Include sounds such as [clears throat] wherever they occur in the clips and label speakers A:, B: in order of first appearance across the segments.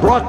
A: brought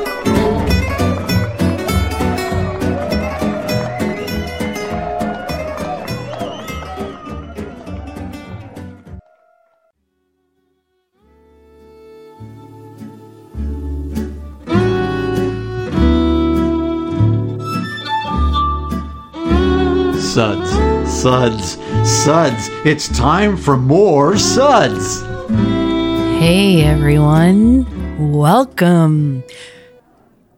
A: Suds, suds, suds. It's time for more suds.
B: Hey everyone, welcome.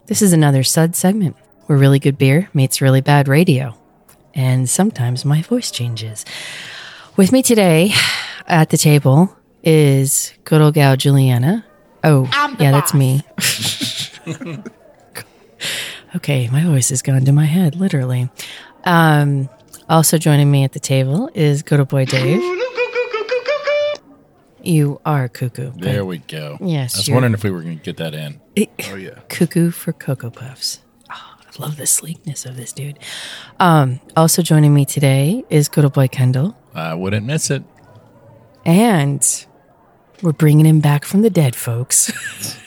B: This is another Sud segment where really good beer meets really bad radio. And sometimes my voice changes. With me today at the table is good old gal Juliana. Oh,
C: I'm the
B: yeah, that's
C: boss.
B: me. [laughs] okay, my voice has gone to my head, literally. Um, also joining me at the table is good old boy Dave. You are cuckoo. but-
D: There we go.
B: Yes,
D: I was
B: you're-
D: wondering if we were going to get that in.
B: Oh yeah, cuckoo for cocoa puffs. Oh, I love the sleekness of this dude. Um, also joining me today is good old boy Kendall,
D: I wouldn't miss it.
B: and we're bringing him back from the dead, folks.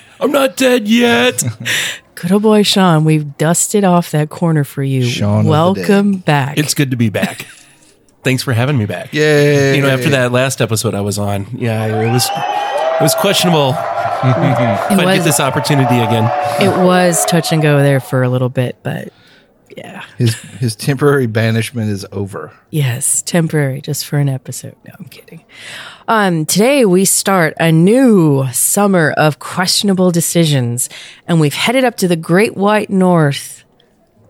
B: [laughs]
D: I'm not dead yet.
B: Good old boy Sean, we've dusted off that corner for you.
E: Sean of the
B: welcome back.
F: It's [laughs] good to be back. Thanks for having me back.
E: Yay.
F: You know, after that last episode I was on, yeah, it was it was questionable
B: it
F: if I'd
B: was
F: get this opportunity again.
B: it was touch and go there for a little bit, but
E: his his temporary banishment is over.
B: Yes, temporary, just for an episode. No, I'm kidding. Um, today we start a new summer of questionable decisions, and we've headed up to the Great White North.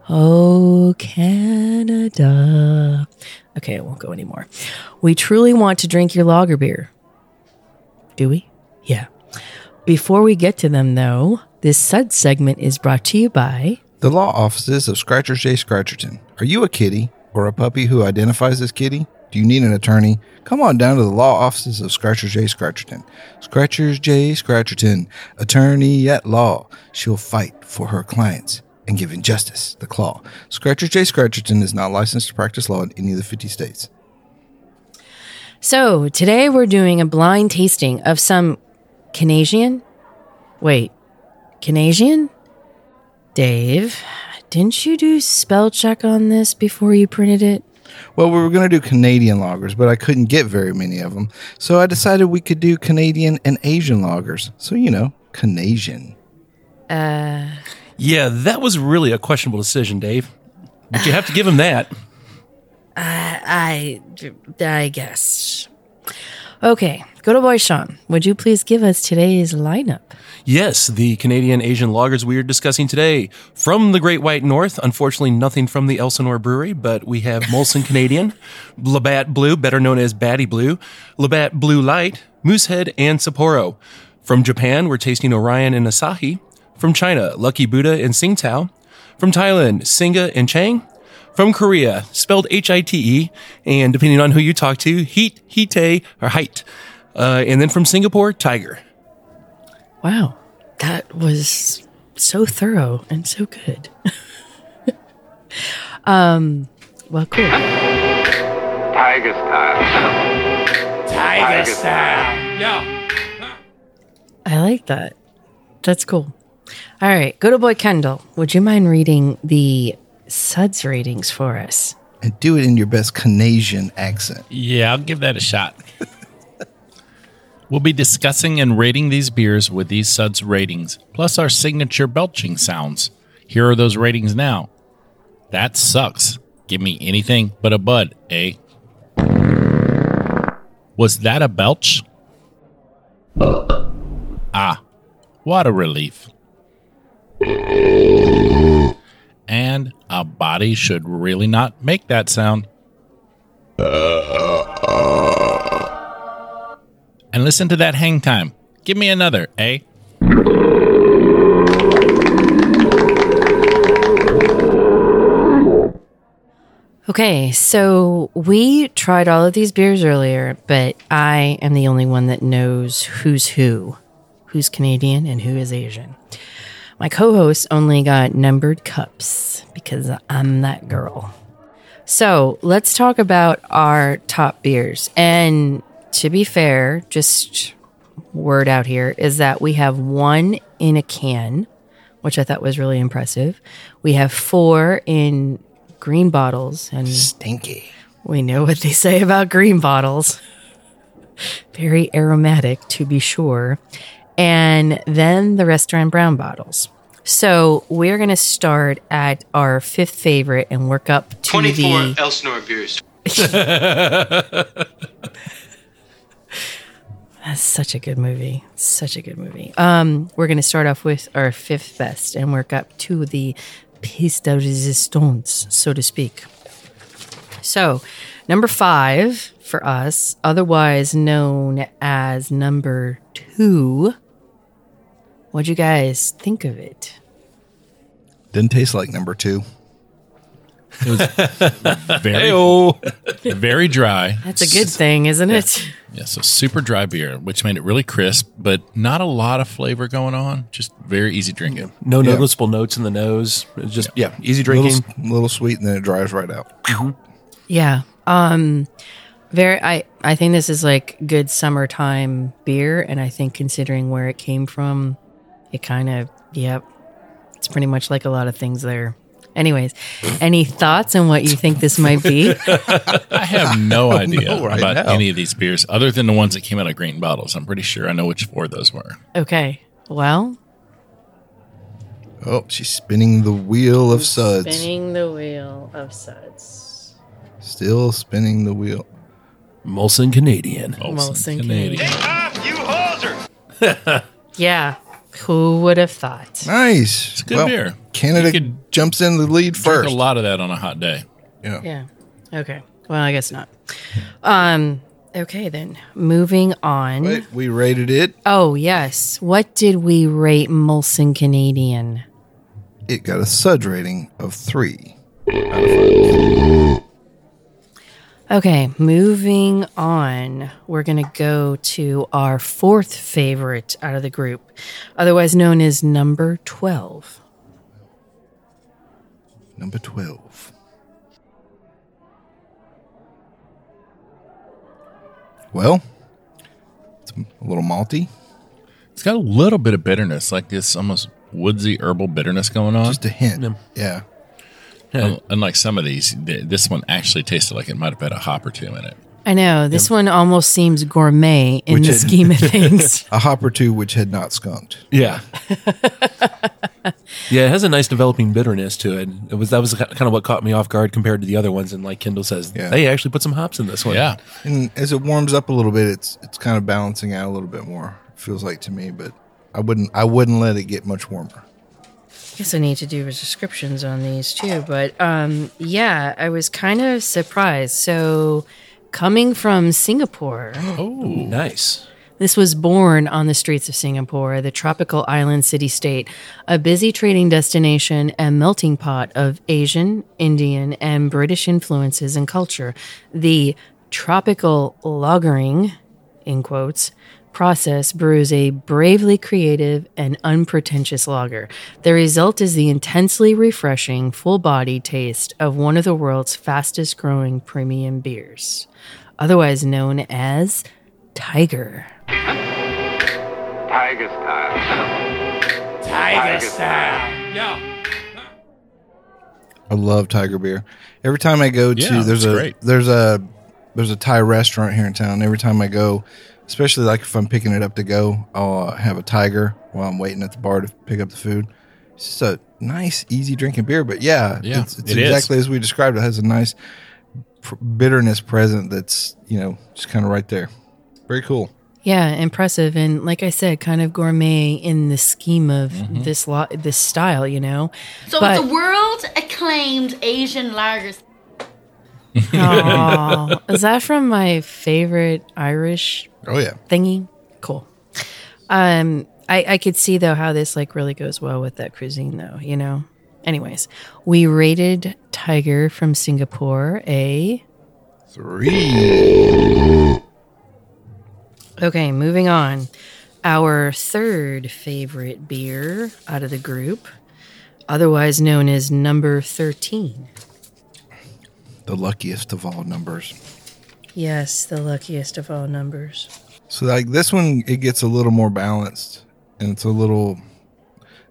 B: Oh, Canada. Okay, I won't go anymore. We truly want to drink your lager beer. Do we? Yeah. Before we get to them, though, this Sud segment is brought to you by
E: The law offices of Scratcher J. Scratcherton. Are you a kitty or a puppy who identifies as kitty? Do you need an attorney? Come on down to the law offices of Scratcher J. Scratcherton. Scratchers J. Scratcherton, attorney at law. She'll fight for her clients and give injustice the claw. Scratcher J. Scratcherton is not licensed to practice law in any of the 50 states.
B: So today we're doing a blind tasting of some Canadian. Wait, Canadian? Dave, didn't you do spell check on this before you printed it?
E: Well, we were going to do Canadian lagers, but I couldn't get very many of them. So I decided we could do Canadian and Asian lagers. So, you know, Canadian.
F: Yeah, that was really a questionable decision, Dave. But you have to give him that.
B: I, I guess. Okay, good old boy Sean, would you please give us today's lineup?
F: Yes, the Canadian Asian lagers we are discussing today from the Great White North. Unfortunately, nothing from the Elsinore Brewery, but we have Molson Canadian, Labatt Blue, better known as Batty Blue, Labatt Blue Light, Moosehead, and Sapporo. From Japan, we're tasting Orion and Asahi. From China, Lucky Buddha and Tsingtao. From Thailand, Singa and Chang. From Korea, spelled H I T E, and depending on who you talk to, Heat, Hite, or Height. Uh, and then from Singapore, Tiger.
B: Wow, that was so thorough and so [laughs] good. um, well, cool.
G: Tiger style. Tiger style.
B: I like that. That's cool. All right, good old boy Kendall, would you mind reading the suds ratings for us?
E: And do it in your best Canadian accent.
D: yeah, I'll give that a shot. we'll be discussing and rating these beers with these suds ratings, plus our signature belching sounds. Here are those ratings now. That sucks. Give me anything but a bud, eh? Was that a belch? Ah, what a relief. And a body should really not make that sound. And listen to that hang time. Give me another, eh?
B: Okay, so we tried all of these beers earlier, but I am the only one that knows who's who, who's Canadian and who is Asian. My co host only got numbered cups because I'm that girl. So let's talk about our top beers. And to be fair, just word out here is that we have one in a can, which I thought was really impressive. We have four in green bottles, and
E: Stinky.
B: we know what they say about green bottles. Very aromatic, to be sure. And then the restaurant brown bottles. So we're going to start at our fifth favorite and work up to
C: 24
B: the.
C: Elsinore beers.
B: That's such a good movie. Such a good movie. Um, we're going to start off with our fifth best and work up to the piece de resistance, so to speak. So, number five for us, otherwise known as number two. What'd you guys think of it?
E: Didn't taste like number two.
D: Very, very dry.
B: That's a good thing, isn't it?
D: Yeah, so super dry beer, which made it really crisp, but not a lot of flavor going on. Just very easy drinking.
F: No noticeable notes in the nose. It's just yeah, easy
E: Little,
F: drinking.
E: s- little sweet, and then it dries right out.
B: Yeah. Um very I I think this is like good summertime beer and I think considering where it came from, it kind of yep. It's pretty much like a lot of things there.
E: [laughs]
B: Anyways, any thoughts on what you think this might be?
D: [laughs] [laughs] I have no idea
E: know right
D: about
E: now.
D: any of these beers other than the ones that came out of green bottles. I'm pretty sure I know which four those were.
B: Okay. Well,
E: Oh, she's spinning the wheel of suds.
B: the wheel of suds.
E: Still spinning the wheel.
F: Molson Canadian.
B: Molson
C: you hoser!
B: Yeah. Who would have thought?
E: Nice. It's
D: good beer.
E: Canada
D: You could
E: jumps in the lead
D: Drink
E: first.
D: a lot of that on a hot day.
B: Yeah. Okay. Well, I guess not. Um okay then. Moving on.
E: Wait, we rated it.
B: Oh, yes. What did we rate Molson Canadian?
E: It got a sud rating of three.
B: Okay, moving on. We're going to go to our fourth favorite out of the group, otherwise known as number 12.
E: Number 12. Well, it's a little malty.
D: It's got a little bit of bitterness, like this almost woodsy herbal bitterness going on.
E: Just a hint. Yeah.
D: Un- Unlike some of these, th- this one actually tasted like it might have had a hop or two in it.
B: I know, this one almost seems gourmet in the scheme of things.
E: A hop or two which had not skunked.
F: Yeah. yeah, it has a nice developing bitterness to it. It was that was kind of what caught me off guard compared to the other ones. And like Kendall says,
E: Yeah.
F: they actually put some hops in this one.
D: Yeah,
E: And as it warms up a little bit, it's it's kind of balancing out a little bit more. It feels like to me, but I wouldn't I wouldn't let it get much warmer.
B: guess I need to do descriptions on these too, but um, yeah, I was kind of surprised. So, coming from Singapore,
F: nice.
B: This was born on the streets of Singapore, the tropical island city state, a busy trading destination and melting pot of Asian, Indian, and British influences and culture. The tropical lagering, in quotes, process brews a bravely creative and unpretentious lager. The result is the intensely refreshing, full bodied taste of one of the world's fastest growing premium beers, otherwise known as Tiger.
C: Tiger style. Tiger style.
E: I love Tiger beer. Every time I go to
D: Yeah,
E: there's a
D: it's great.
E: there's a there's a Thai restaurant here in town. Every time I go, especially like if I'm picking it up to go, I'll uh, have a Tiger while I'm waiting at the bar to pick up the food. It's just a nice, easy drinking beer. But yeah,
D: Yeah,
E: it's, it's
D: it is.
E: exactly as we described. It has a nice pr- bitterness present that's you know just kind of right there. Very cool.
B: Yeah, impressive, and like I said, kind of gourmet in the scheme of this lo- this style, you know.
H: So
B: But-
H: it's a world acclaimed Asian lager.
B: Aw, is that from my favorite Irish
E: Oh yeah,
B: thingy? Cool. Um, I I could see though how this like really goes well with that cuisine though, you know. Anyways, we rated Tiger from Singapore a
E: three.
B: Okay, moving on. our third favorite beer out of the group, otherwise known as number 13.
E: The luckiest of all numbers.
B: Yes, the luckiest of all numbers.
E: So like this one, it gets a little more balanced, and it's a little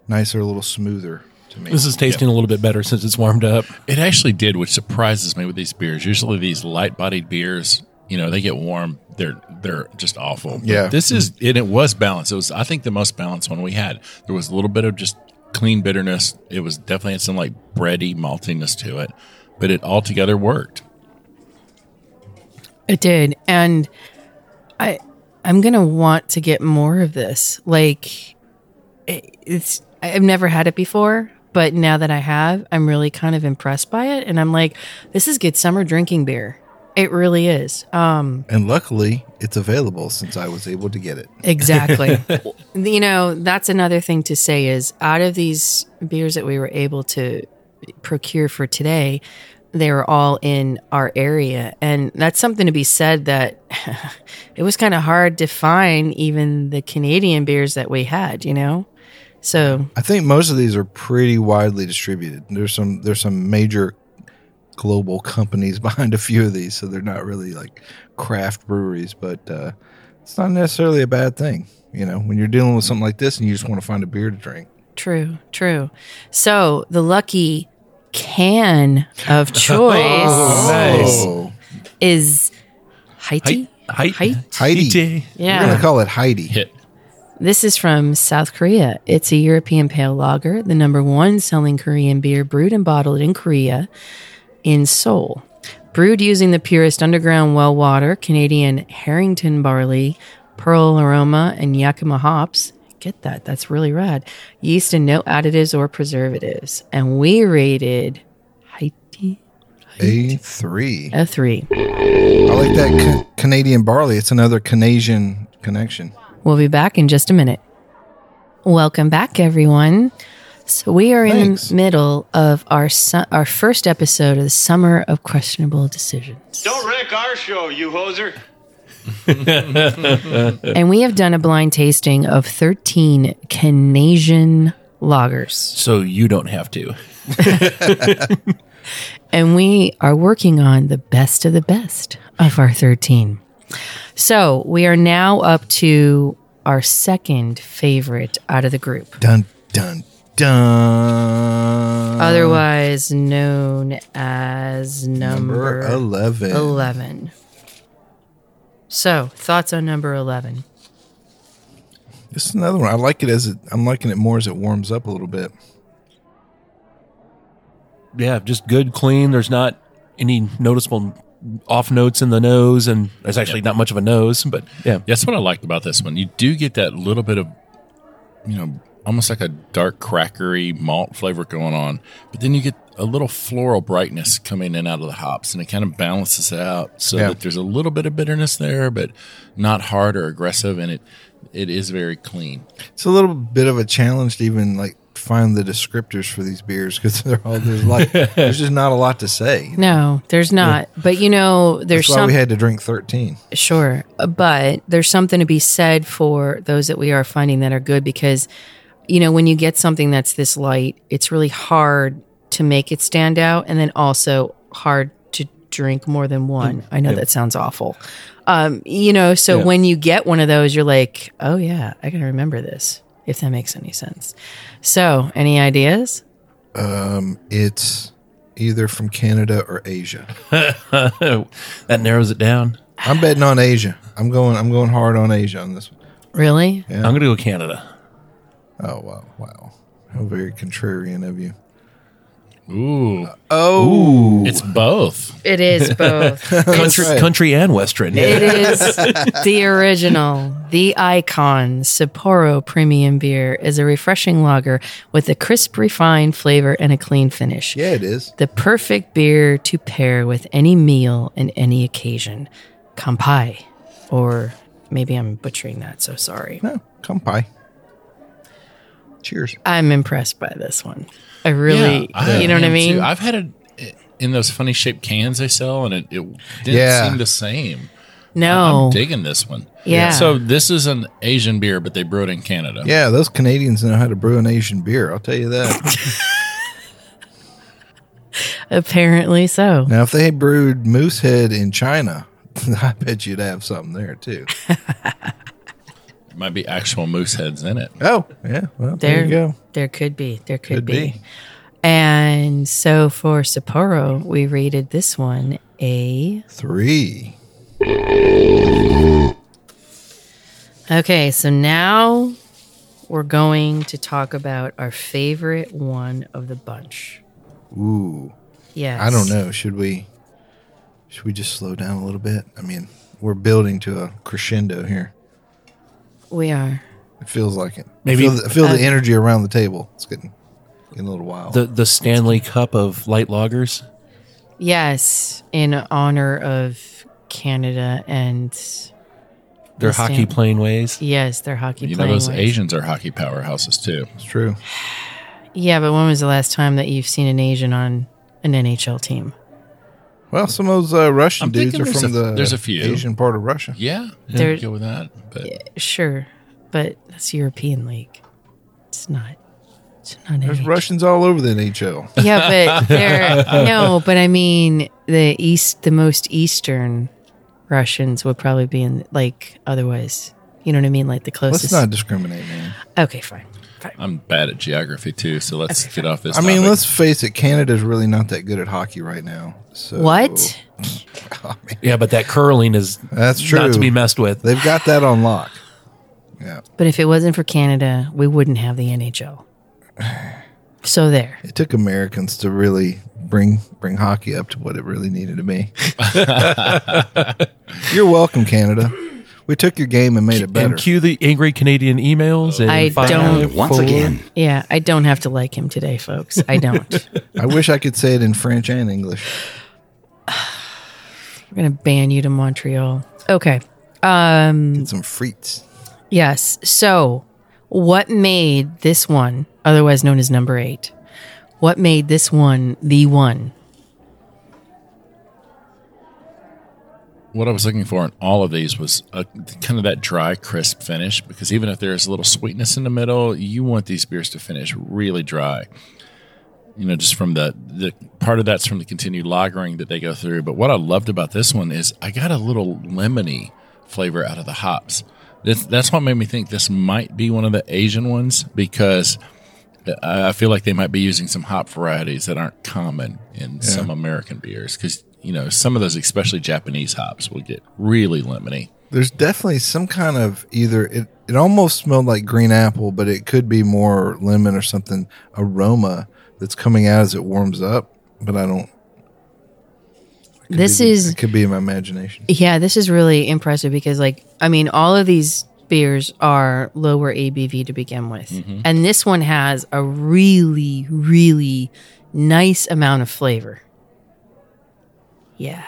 E: nicer, a little smoother to me.
F: This is tasting a little bit better since it's warmed up.
D: It actually did, which surprises me with these beers. Usually these light bodied beers, you know, they get warm. They're they're just awful. But
E: Yeah.
D: This is and it was balanced. It was I think the most balanced one we had. There was a little bit of just clean bitterness. It was definitely had some like bready maltiness to it. But it altogether worked.
B: It did, and I I'm gonna want to get more of this. Like it, it's I've never had it before, but now that I have, I'm really kind of impressed by it, and I'm like, this is good summer drinking beer. It really is. Um,
E: And luckily, it's available since I was able to get it.
B: Exactly. you know, that's another thing to say is out of these beers that we were able to procure for today, they were all in our area. And that's something to be said that [laughs] it was kind of hard to find even the Canadian beers that we had, you know? So,
E: I think most of these are pretty widely distributed. There's some there's some major global companies [laughs] behind a few of these, so they're not really like craft breweries, but uh, it's not necessarily a bad thing. You know, when you're dealing with something like this and you just want to find a beer to drink.
B: true, true. So, the lucky can of choice
E: Oh,
B: is Haiti.
F: Height.
B: Height?
F: E
E: Heidi.
B: Yeah.
E: We're gonna call it Heidi.
D: Hit.
B: This is from South Korea. It's a European pale lager, the number one selling Korean beer brewed and bottled in Korea in Seoul. Brewed using the purest underground well water, Canadian Harrington barley, pearl aroma, and Yakima hops. Get that? That's really rad. Yeast and no additives or preservatives. And we rated Haiti
E: A three.
B: a three.
E: I like that ca- Canadian barley. It's another Canadian connection.
B: We'll be back in just a minute. Welcome back, everyone. So we are
E: Thanks.
B: in the middle of our su- our first episode of the summer of questionable decisions,
C: Don't wreck our show, you hoser.
B: and we have done a blind tasting of thirteen Canadian lagers,
F: So you don't have to.
B: and we are working on the best of the best of our thirteen. So we are now up to our second favorite out of the group.
E: Dun dun dun.
B: Uh, otherwise known as number,
E: Number eleven.
B: 11. So, thoughts on number 11?
E: This is another one. I like it as it. I'm liking it more as it warms up a little bit.
F: Yeah, just good, clean. There's not any noticeable off notes in the nose, and there's actually not much of a nose, but yeah.
D: That's what I liked about this one. You do get that little bit of, you know, almost like a dark crackery malt flavor going on, but then you get a little floral brightness coming in out of the hops, and it kind of balances it out so
E: Yeah.
D: that there's a little bit of bitterness there, but not hard or aggressive, and it it is very clean.
E: It's a little bit of a challenge to even like find the descriptors for these beers because they're all there's like there's just not a lot to say.
B: No, there's not. But you know, there's
E: That's why
B: some
E: we had to drink thirteen.
B: sure, Uh, but there's something to be said for those that we are finding that are good because you know, when you get something that's this light, it's really hard to make it stand out and then also hard to drink more than one. I know that sounds awful. Um, you know, so when you get one of those, you're like, "Oh yeah, I can remember this." If that makes any sense. So, any ideas?
E: It's either from Canada or Asia.
F: [laughs] that narrows it down.
E: I'm betting on Asia. I'm going. I'm going hard on Asia on this. one.
B: Really?
F: I'm going to go Canada.
E: Oh wow, wow, how very contrarian of you.
D: Ooh,
E: Oh,
D: it's both.
B: It is both.
F: Country,
E: right.
F: country and Western.
B: it is the original, the icon Sapporo premium beer is a refreshing lager with a crisp, refined flavor and a clean finish.
E: yeah, it is.
B: The perfect beer to pair with any meal and any occasion. Kampai. Or maybe I'm butchering that, so sorry.
E: No, Oh, come pie. Cheers.
B: I'm impressed by this one. I really, you know what I
D: am
B: mean?
D: too. I've had it in those funny shaped cans they sell, and it, it didn't
E: Yeah.
D: seem the same.
B: No.
D: I'm digging this one.
B: Yeah.
D: So this is an Asian beer, but they brew it in Canada.
E: Yeah, those Canadians know how to brew an Asian beer. I'll tell you that.
B: Apparently so.
E: now, if they brewed Moosehead in China, [laughs] I bet you'd have something there too.
D: It might be actual moose heads in it.
E: Oh, yeah. Well,
B: There,
E: there, you go.
B: There could be. There could,
E: Could
B: be.
E: be.
B: And so for Sapporo, we rated this one a.
E: Three.
B: Okay, so now we're going to talk about our favorite one of the bunch.
E: Ooh.
B: Yes.
E: I don't know. Should we? Should we just slow down a little bit? I mean, we're building to a crescendo here.
B: We are.
E: It feels like it.
F: Maybe-
E: I feel, the, I feel the energy around the table. It's getting getting a little wild.
F: The the Stanley Cup of light loggers.
B: Yes, in honor of Canada and
F: Their
B: The
F: hockey
B: Stan-
F: playing ways.
B: yes, their hockey
D: You know,
B: playing.
D: those
B: ways.
D: Asians are hockey powerhouses too.
E: it's true.
B: Yeah, but when was the last time that you've seen an Asian on an NHL team?
E: Well, some of those uh, Russian
D: I'm
E: dudes
D: thinking
E: are
D: there's
E: from
D: a-
E: the
D: there's a few.
E: Asian part of Russia.
D: Yeah. yeah
B: There-
D: you go with that. But
B: Sure, but that's European league. It's not. It's not.
E: There's
B: NHL.
E: Russians all over the NHL.
B: [laughs] Yeah,
E: [laughs]
B: but they're no. But I mean, the east, the most eastern Russians would probably be in like otherwise. You know what I mean? Like the
E: Let's
B: closest.
E: not discriminate, man.
B: Okay, fine, fine.
D: I'm bad at geography too, so let's get off this.
E: I mean,
D: topic.
E: let's face it. Canada's really not that good at hockey right now. So
B: What?
E: Oh.
F: Yeah, but that curling is
E: That's true.
F: not to be messed with.
E: They've got that on lock. Yeah.
B: But if it wasn't for Canada, we wouldn't have the NHL. So there.
E: It took Americans to really bring bring hockey up to what it really needed to be. You're welcome, Canada. We took your game and made it better.
F: And cue the angry Canadian emails. And
B: I
F: five,
B: don't-
F: four-
B: Yeah, I don't have to like him today, folks. I
E: [laughs]
B: don't.
E: I wish I could say it in French and English.
B: We're gonna ban you to Montreal. Okay.
E: Get some frites.
B: Yes. So, what made this one, otherwise known as number eight, what made this one the one?
D: what I was looking for in all of these was a, kind of that dry, crisp finish because even if there's a little sweetness in the middle, you want these beers to finish really dry. You know, just from the, the part of that's from the continued lagering that they go through. But what I loved about this one is I got a little lemony flavor out of the hops. That's, that's what made me think this might be one of the Asian ones because I I feel like they might be using some hop varieties that aren't common in some American beers because you know some of those, especially Japanese hops, will get really lemony.
E: There's definitely some kind of either it, it almost smelled like green apple, but it could be more lemon or something aroma that's coming out as it warms up. But I don't. it could
B: This
E: be-
B: is- Oh,
E: it could be in my imagination.
B: Yeah, this is really impressive because, like, I mean, all of these beers are lower ABV to begin with.
E: Mm-hmm.
B: And this one has a really, really nice amount of flavor. Yeah.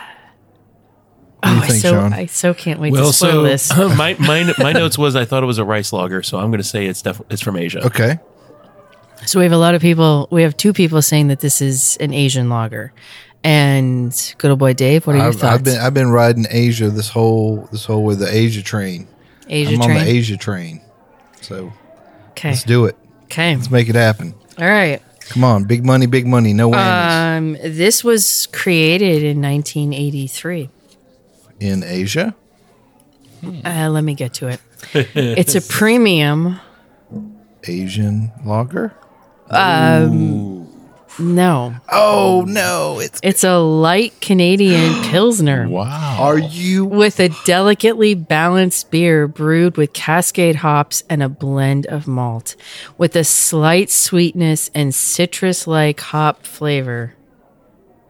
E: do you
B: I
E: think,
B: so
E: Sean?
B: I so can't wait
F: Well,
B: to spoil
F: so [laughs]
B: this.
F: [clears throat] my, my my notes was I thought it was a rice lager, so I'm going to say it's def- it's from Asia.
E: Okay.
B: So we have a lot of people. We have two people saying that this is an Asian lager. And good old boy Dave, what are your
E: I've,
B: thoughts?
E: I've been I've been riding Asia this whole this whole way the Asia train.
B: Asia
E: I'm
B: train.
E: on the Asia train. So
B: okay.
E: let's do it.
B: Okay.
E: Let's make it happen.
B: All right.
E: Come on, big money, big money, no whammies
B: Um, this was created in 1983.
E: in Asia.
B: Uh, let me get to it. it's a premium.
E: Asian lager.
B: No,
E: Oh no! It's
B: it's a light Canadian Pilsner.
D: Wow,
E: are you
B: With a delicately balanced beer brewed with cascade hops and a blend of malt, with a slight sweetness and citrus like hop flavor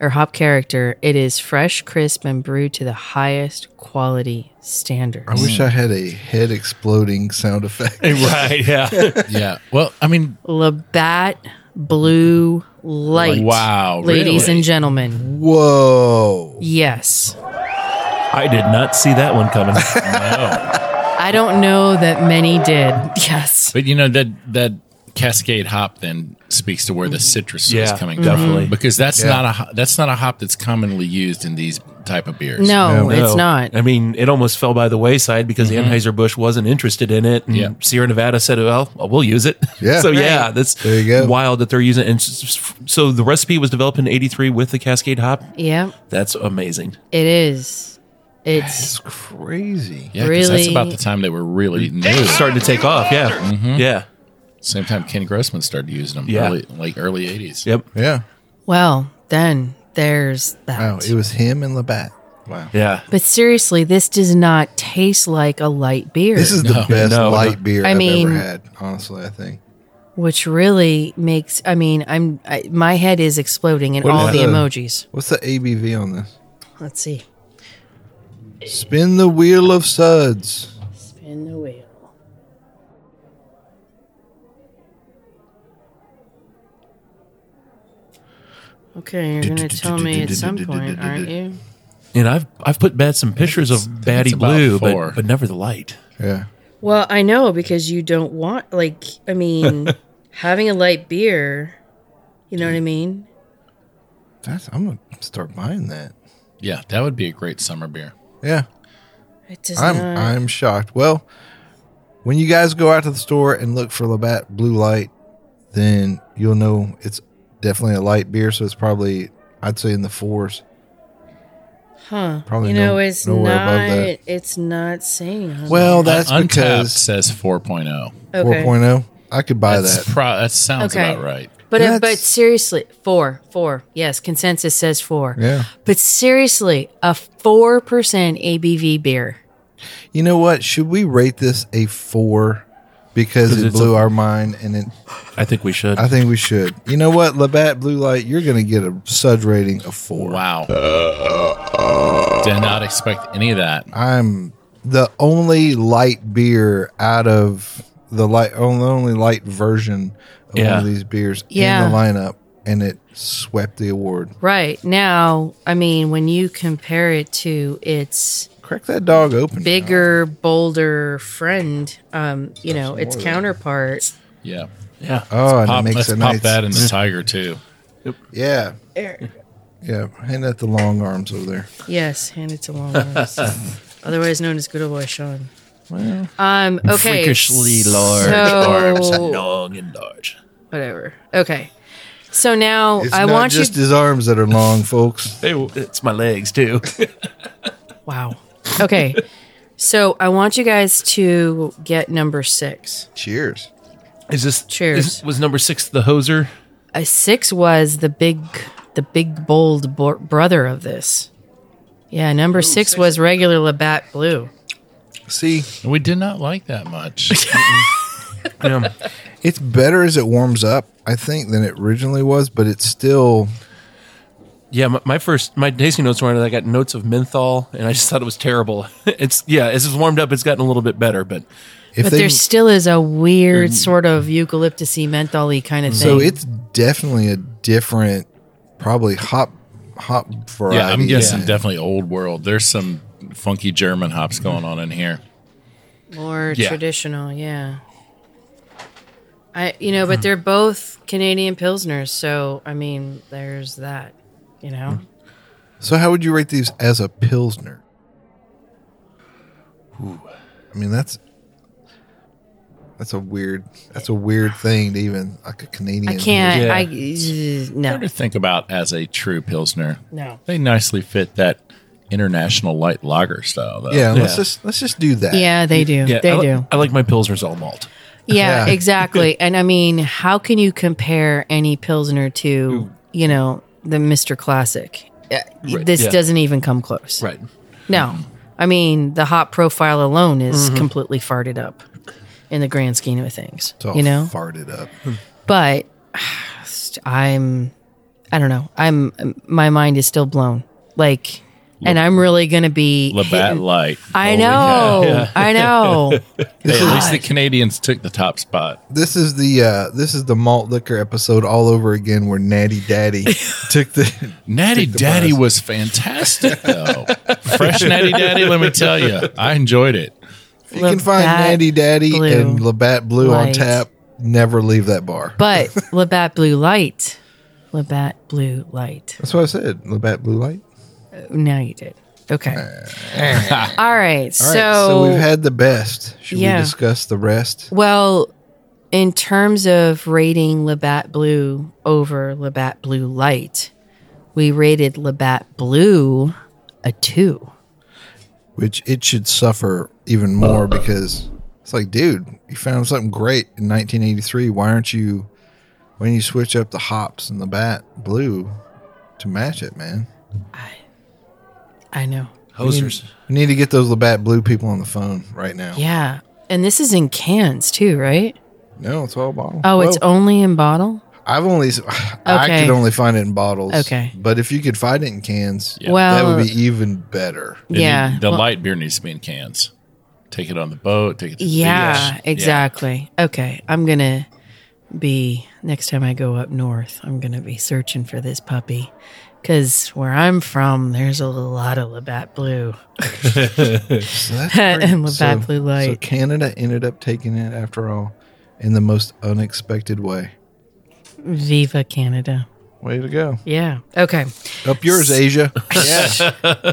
B: or hop character, it is fresh, crisp, and brewed to the highest quality standards.
E: I wish I had a head exploding sound
F: [laughs]
E: effect.
F: Right? Yeah.
D: [laughs] yeah. Well, I mean,
B: Labatt Blue Light.
D: Wow,
B: ladies
D: really?
B: and gentlemen.
E: Whoa!
B: Yes.
F: I did not see that one
D: [laughs]
F: coming.
B: I don't know that many did. [laughs] Yes.
D: but you know that that Cascade hop then speaks to where the citrus
F: Yeah, Mm-hmm.
D: is
E: Mm-hmm.
D: coming
F: definitely.
D: from because that's
E: Yeah.
D: not a ho- that's not a hop that's commonly used in these type of beers.
B: No,
F: No.
B: it's not. Mm-hmm.
F: I mean, it almost fell by the wayside because Anheuser Busch wasn't interested in it. And
D: Yeah.
F: Sierra Nevada said, "Well, we'll use it." [laughs]
E: Yeah.
F: so
E: Right.
F: yeah, that's
E: There you go.
F: wild that they're using. It. And s- s- so the recipe was developed in '83 with the Cascade hop.
B: Yeah,
F: That's amazing.
B: it is. It's
E: It's crazy.
D: Yeah, 'cause that's
B: Really?
D: about the time they were really new.
F: It's starting to take off. Yeah, yeah,
D: Same time Ken Grossman started using them,
F: Yeah.
D: early, like early '80s.
F: yep,
E: Yeah.
B: well, then there's that.
E: Wow. It was him and Labatt. Wow.
F: yeah.
B: but seriously, this does not taste like a light beer,
E: This is the
D: No,
E: best
F: no,
E: light beer
B: I
E: I have
B: mean-
E: ever had, honestly, I think.
B: which really makes. I mean, I'm I, my head is exploding in
E: What
B: all
E: is
B: the
E: the-
B: emojis.
E: What's the ABV on this?
B: Let's see.
E: Spin the wheel of suds.
B: Spin the wheel. Okay, you're gonna tell me at some point, aren't you?
F: And I've I've put bad some pictures of Batty
D: it's about
F: Blue,
D: four.
F: but, but never the light.
E: Yeah.
B: Well, I know because you don't want like I
E: [laughs]
B: mean, having a light beer, you know what I mean?
E: That's I'm gonna start buying that.
D: Yeah, that would be a great summer beer.
E: Yeah.
B: It does
E: I'm
B: not.
E: I'm shocked. Well, when you guys go out to the store and look for Labatt Blue Light, then you'll know it's definitely a light beer, so it's probably I'd say in the fours.
B: huh?
E: probably
B: you know,
E: no-
B: it's
E: nowhere above
B: not.
E: that.
B: It's not saying. how
E: Well, that's
D: Untapped
E: because
D: says 4.0.
B: much. okay.
E: 4.0. I could buy
D: That's
E: that.
D: pro- that sounds
B: Okay.
D: about right.
B: But uh,
E: That's-
B: but seriously, four, four. Yes, consensus says four.
E: Yeah.
B: But seriously, a four percent ABV beer.
E: You know what? Should we rate this a four? Because
F: 'Cause
E: it
F: it's
E: blew
F: a-
E: our mind, and it,
F: I think we should.
E: I think we should. You know what, Labatt Blue Light, you're going to get a sud rating of four.
D: Wow. Did not expect any of that.
E: I'm the only light beer out of the light, on the only light version of
F: Yeah.
E: one of these beers
B: Yeah.
E: in the lineup, and it swept the award.
B: Right now, I mean, when you compare it to its
E: Crack that dog open.
B: bigger, bolder friend, um, you know, its counterpart.
D: Yeah.
F: yeah,
E: Oh, and
D: Pop,
E: it makes
D: let's
E: a
D: pop
E: nice.
D: that in the tiger too.
E: Yeah. Yeah. Hand out the long arms over there.
B: Yes, hand it to Long Arms,
E: [laughs]
B: otherwise known as Good Old Boy Sean. um. Okay.
F: freakishly large
B: so-
F: arms, long and large.
B: Whatever. Okay. So now
E: It's
B: I
E: not
B: want you.
E: just his arms that are long,
D: [laughs]
E: folks.
F: Hey, it's my legs too.
B: wow. Okay. so I want you guys to get number six.
E: Cheers.
F: Is this
B: Cheers.
F: is- was number six the hoser?
B: a Uh, six was the big the big bold bo- brother of this yeah number six was regular labatt blue
E: See,
D: We did not like that
B: [laughs]
D: much.
F: Yeah.
E: it's better as it warms up, I think, than it originally was, but it's still
F: Yeah, my, my first my tasting notes were on it. I got notes of menthol, and I just thought it was terrible. [laughs] It's yeah, as it's warmed up, it's gotten a little bit better, but
E: if
B: but
E: they
B: there still is a weird sort of eucalyptusy mentholy kind of thing
E: so it's definitely a different probably hop hop variety.
D: yeah, I'm guessing
E: Yeah.
D: definitely old world. There's some funky German hops going on in here.
B: more
D: yeah.
B: traditional yeah i you know but they're both canadian pilsners so i mean there's that you know
E: So how would you rate these as a pilsner? I mean that's that's a weird that's a weird thing to even like a Canadian.
B: i can't
F: Yeah.
B: i ugh,
D: Hard
B: no
D: to think about as a true pilsner.
B: no
D: They nicely fit that international light lager style though.
E: Yeah, let's
F: Yeah.
E: just let's just do that.
B: yeah they do
F: yeah,
B: they
D: Oh,
F: I, li-
B: do
F: I like my pilsners all malt.
B: Yeah,
E: Yeah.
B: exactly. and I mean, how can you compare any Pilsner to, you know, the Mr. Classic? Uh, this
F: yeah.
B: doesn't even come close.
F: Right.
B: No. I mean, the hop profile alone is completely farted up in the grand scheme of things,
E: It's all
B: you know?
E: farted up.
B: but [sighs] I'm, I don't know. I'm, my mind is still blown. Like, and I'm really going to be.
D: Labatt
B: hitting-
D: Light.
B: I
D: Holy
B: know.
D: cow.
B: I [laughs] know.
D: Hey, at least the Canadians took the top spot.
E: This is the uh, this is the malt liquor episode all over again where Natty
B: [laughs]
E: Daddy took the
D: Natty
E: the
D: Daddy
E: buzz.
D: was fantastic though. [laughs] Fresh Natty Daddy, let me tell you, I enjoyed it.
E: You can find
B: Labatt
E: Natty Daddy
B: Blue
E: and Labatt Blue on
B: Light.
E: tap. Never leave that bar. [laughs]
B: But Labatt Blue Light, Labatt Blue Light.
E: That's what I said. Labatt Blue Light.
B: Now you did.
E: [laughs]
B: Okay. All right. So,
E: All right, so we've had the best. Should
B: Yeah.
E: we discuss the rest?
B: well, in terms of rating Labatt Blue over Labatt Blue Light, we rated Labatt Blue a two.
E: Which it should suffer even more because it's like, dude, you found something great in 1983. Why aren't you? Why don't you switch up the hops and the bat blue to match it, man?
B: I know.
F: Hosers.
E: We need to get those Labatt Blue people on the phone right now.
B: Yeah. And this is in cans too, right?
E: No, it's all bottle.
B: Oh, it's
E: Well,
B: only in bottle?
E: I've only [sighs] I
B: Okay.
E: could only find it in bottles.
B: Okay.
E: but if you could find it in cans, that
B: Well-
E: would be
B: [laughs]
E: even better.
D: They
B: yeah.
D: need- the
B: well-
D: light beer needs to be in cans. Take it on the boat. Take it. To the
B: Yeah,
D: beach.
B: exactly. Okay, I'm gonna be next time I go up north. I'm gonna be searching for this puppy because where I'm from, there's a lot of Labatt Blue.
E: So that's great.
B: And Labatt Blue
E: So
B: Light.
E: Canada ended up taking it after all, in the most unexpected way.
B: Viva Canada!
E: Way to go!
B: Yeah. Okay.
E: Up yours,
B: [laughs]
E: Asia.
B: All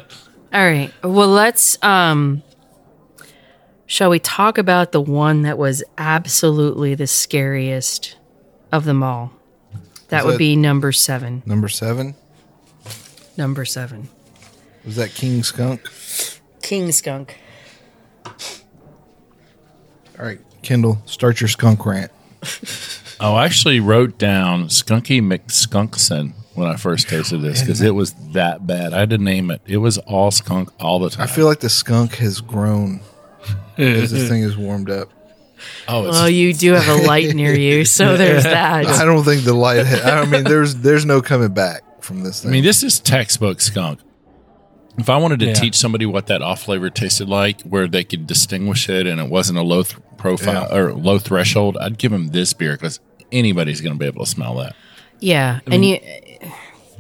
B: right. Well, let's. um Shall we talk about the one that was absolutely the scariest of them all? That would
E: that-
B: be number seven.
E: [laughs] Number seven
B: Number seven.
E: was that King Skunk.
B: King skunk.
E: All right, Kendall, start your skunk rant.
D: Oh, I actually wrote down Skunky McSkunkson when I first tasted this because it was that bad. I had to name it. It was all skunk all the time.
E: I feel like the skunk has grown as this thing has warmed up.
D: oh, it's
B: Well, you do have a light near you,
E: [laughs]
B: so there's
E: I
B: that.
E: don't think the light. I don't mean there's there's no coming back from this thing.
D: I mean, this is textbook skunk. If I wanted to
F: Yeah.
D: teach somebody what that off flavor tasted like, where they could distinguish it and it wasn't a low th- profile or low threshold, I'd give them this beer because anybody's going to be able to smell that.
B: Yeah, and you,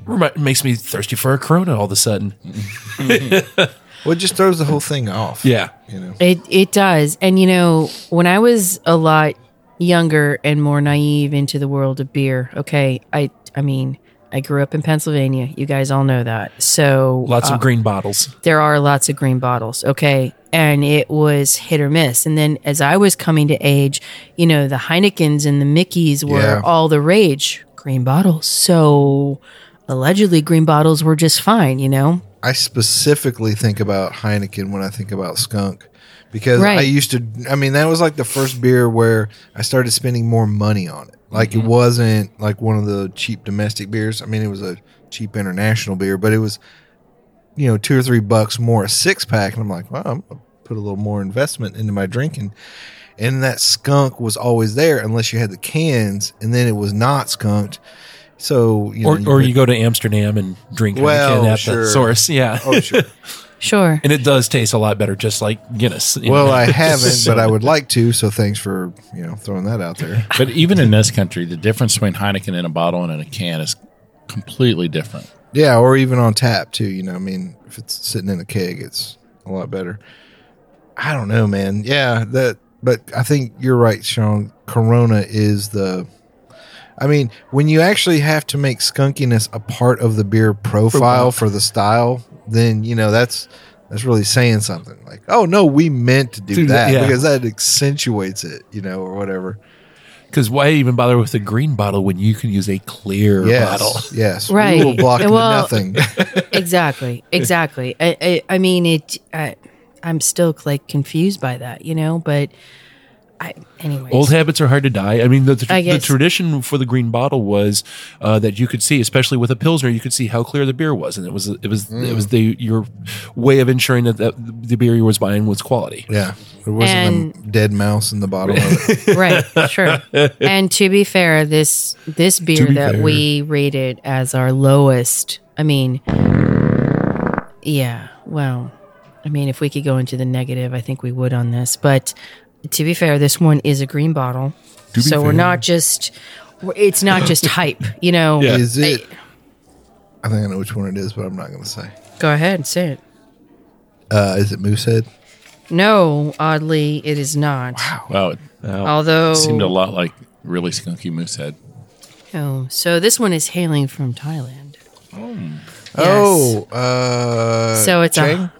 F: Remi- makes me thirsty for a Corona all of a sudden.
E: well, it just throws the whole thing off.
F: Yeah.
E: you know.
B: it it does. And you know, when I was a lot younger and more naive into the world of beer, okay, I I mean, I grew up in Pennsylvania. You guys all know that. So
F: Lots
E: Uh,
F: of green bottles.
B: there are lots of green bottles. Okay. And it was hit or miss. And then as I was coming to age, you know, the Heinekens and the Mickeys were
E: Yeah.
B: all the rage, green bottles. So allegedly, green bottles were just fine, you know?
E: I specifically think about Heineken when I think about skunk because I
B: Right.
E: used to I mean that was like the first beer where I started spending more money on it. Like it wasn't like one of the cheap domestic beers. I mean it was a cheap international beer, but it was you know 2 or 3 bucks more a six pack and I'm like, "Wow, I'm gonna put a little more investment into my drinking." And that skunk was always there unless you had the cans and then it was not skunked. So, you know,
F: Or, or
E: could-
F: you go to Amsterdam and drink
E: Well,
F: Heineken at
E: sure.
F: the source. Yeah.
E: [laughs] Oh, sure.
F: [laughs]
B: Sure.
F: And it does taste a lot better, just like Guinness. you
E: Well,
F: know.
E: I haven't, but I would like to. So thanks for you know throwing that out there.
D: But even in this country, the difference between Heineken in a bottle and in a can is completely different.
E: Yeah, or even on tap too. You know, I mean, if it's sitting in a keg, it's a lot better. I don't know, man. Yeah, that. But I think you're right, Sean. Corona is the. I mean, when you actually have to make skunkiness a part of the beer profile for the style, then you know that's that's really saying something. Like, oh no, we meant to do,
F: Do
E: that
F: that, yeah.
E: because that accentuates it, you know, or whatever.
F: Because why even bother with a green bottle when you can use a clear
E: Yes,
F: bottle?
E: yes,
B: Right.
E: We will block the
B: Well,
E: nothing.
B: exactly. Exactly. I, I, I mean, it, I, I'm still like confused by that, you know? But I, anyways.
F: Old habits are hard to die. I mean, the, the,
B: I
F: the
B: guess-
F: tradition for the green bottle was uh, that you could see, especially with a pilsner, you could see how clear the beer was, and it was it was it was the your way of ensuring that, that the beer you was buying was quality.
E: Yeah. There wasn't a
B: And-
E: dead mouse in the bottom of
F: [laughs]
E: it.
B: right sure and to be fair this this beer
F: be
B: that
F: fair.
B: we rated as our lowest i mean yeah well i mean if we could go into the negative i think we would on this but to be fair this one is a green bottle so we're not just we're- it's not just hype you know
E: Is it? I think I know which one it is, but I'm not going to say.
B: go ahead say it
E: Uh, is it Moosehead?
B: no oddly it is not
D: Wow, it
B: although
D: Oh, seemed a lot like really skunky moose head.
B: Oh, so this one is hailing from Thailand.
E: Oh, uh,
B: so it's
E: Chang?
B: a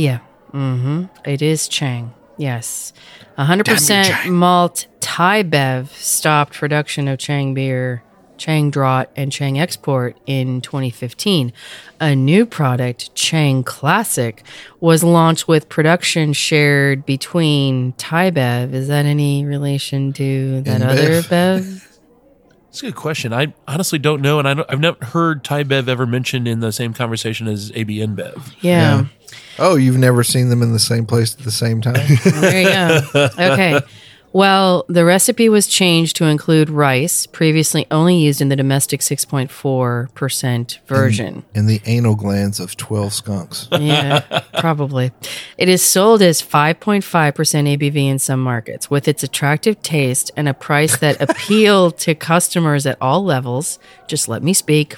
B: yeah. Mm-hmm. It is Chang. Yes, hundred percent malt Thai Bev stopped production of Chang beer, Chang draught, and Chang export in 2015. A new product, Chang Classic, was launched with production shared between Thai Bev. Is that any relation to that
E: InBev?
B: other Bev?
F: That's a good question. I honestly don't know, and I don't, I've never heard Thai Bev ever mentioned in the same conversation as ABN Bev.
B: yeah.
E: oh, you've never seen them in the same place at the
B: [laughs]
E: same time.
B: There you go. Okay. Well, the recipe was changed to include rice, previously only used in the domestic 6.4% version.
E: in the anal glands of 12 skunks.
B: yeah, probably. It is sold as 5.5% ABV in some markets. With its attractive taste and a price that appealed to customers at all levels, just let me speak.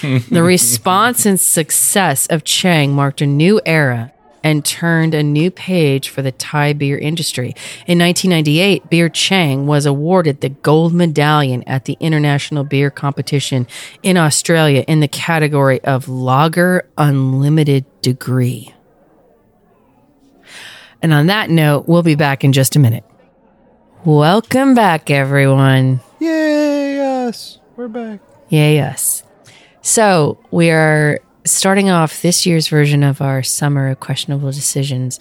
B: The response and success of Chang marked a new era and turned a new page for the Thai beer industry. In 1998, Beer Chang was awarded the gold medallion at the International Beer Competition in Australia in the category of Lager Unlimited Degree. And on that note, we'll be back in just a minute. Welcome back, everyone.
E: Yay, us. We're back.
B: Yeah, yes. So we are starting off this year's version of our summer of questionable decisions.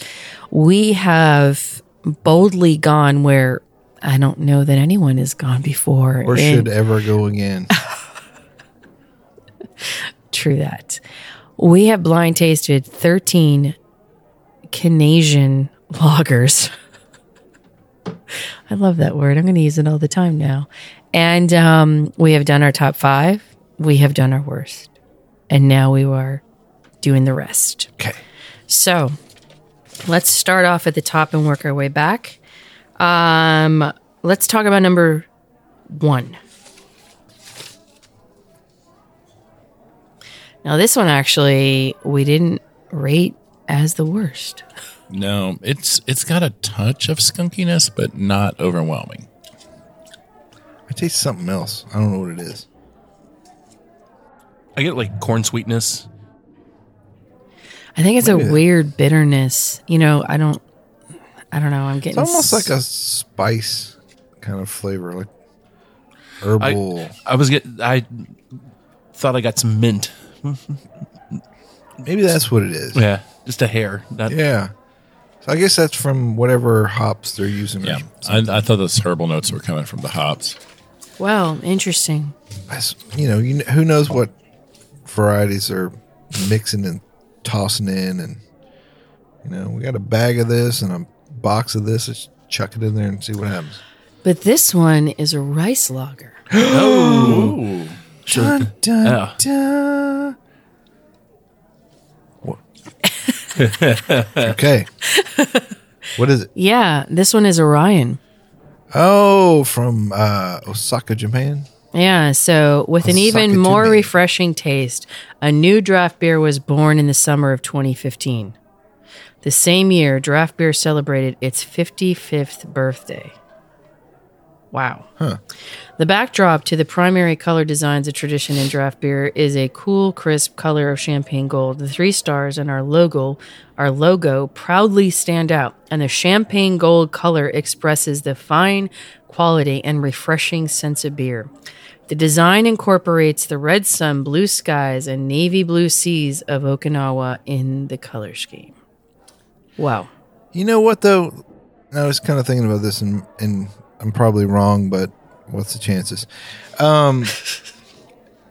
B: We have boldly gone where I don't know that anyone has gone before.
E: Or
B: in-
E: should ever go again.
B: True that. We have blind tasted 13 Canadian [laughs] loggers. I love that word. I'm going to use it all the time now. And um, we have done our top five. We have done our worst. And now we are doing the rest.
E: Okay.
B: So let's start off at the top and work our way back. Um, let's talk about number one. Now, this one actually we didn't rate as the worst.
D: No, it's it's got a touch of skunkiness, but not overwhelming.
E: I taste something else. I don't know what it is.
F: I get like corn sweetness.
B: I think it's
E: Maybe.
B: a weird bitterness. You know, I don't, I don't know. I'm getting
E: It's
B: s-
E: almost like a spice kind of flavor, like herbal.
F: I was get I thought I got some mint.
E: Maybe that's what it is.
F: Yeah, just a hair. Not,
E: Yeah. So I guess that's from whatever hops they're using.
D: Yeah, I, I thought those herbal notes were coming from the hops.
B: well, interesting.
E: That's- you know, you kn- who knows what varieties are mixing and tossing in, and you know, we got a bag of this and a box of this. Let's chuck it in there and see what happens.
B: But this one is a rice lager.
E: Dun, dun,
F: Oh.
E: dun. What? [laughs] okay. What is it?
B: Yeah, this one is Orion.
E: Oh, from uh, Osaka, Japan.
B: Yeah, so with an
E: I'll suck it
B: even
E: to
B: more
E: me.
B: refreshing taste, a new draft beer was born in the summer of 2015. The same year, draft beer celebrated its 55th birthday. Wow. The backdrop to the primary color designs of tradition in draft beer is a cool, crisp color of champagne gold. The three stars and our logo, our logo proudly stand out, and the champagne gold color expresses the fine quality and refreshing sense of beer. The design incorporates the red sun, blue skies, and navy blue seas of Okinawa in the color scheme. Wow.
E: You know what though? I was kind of thinking about this, and and I'm probably wrong, but what's the chances? Um,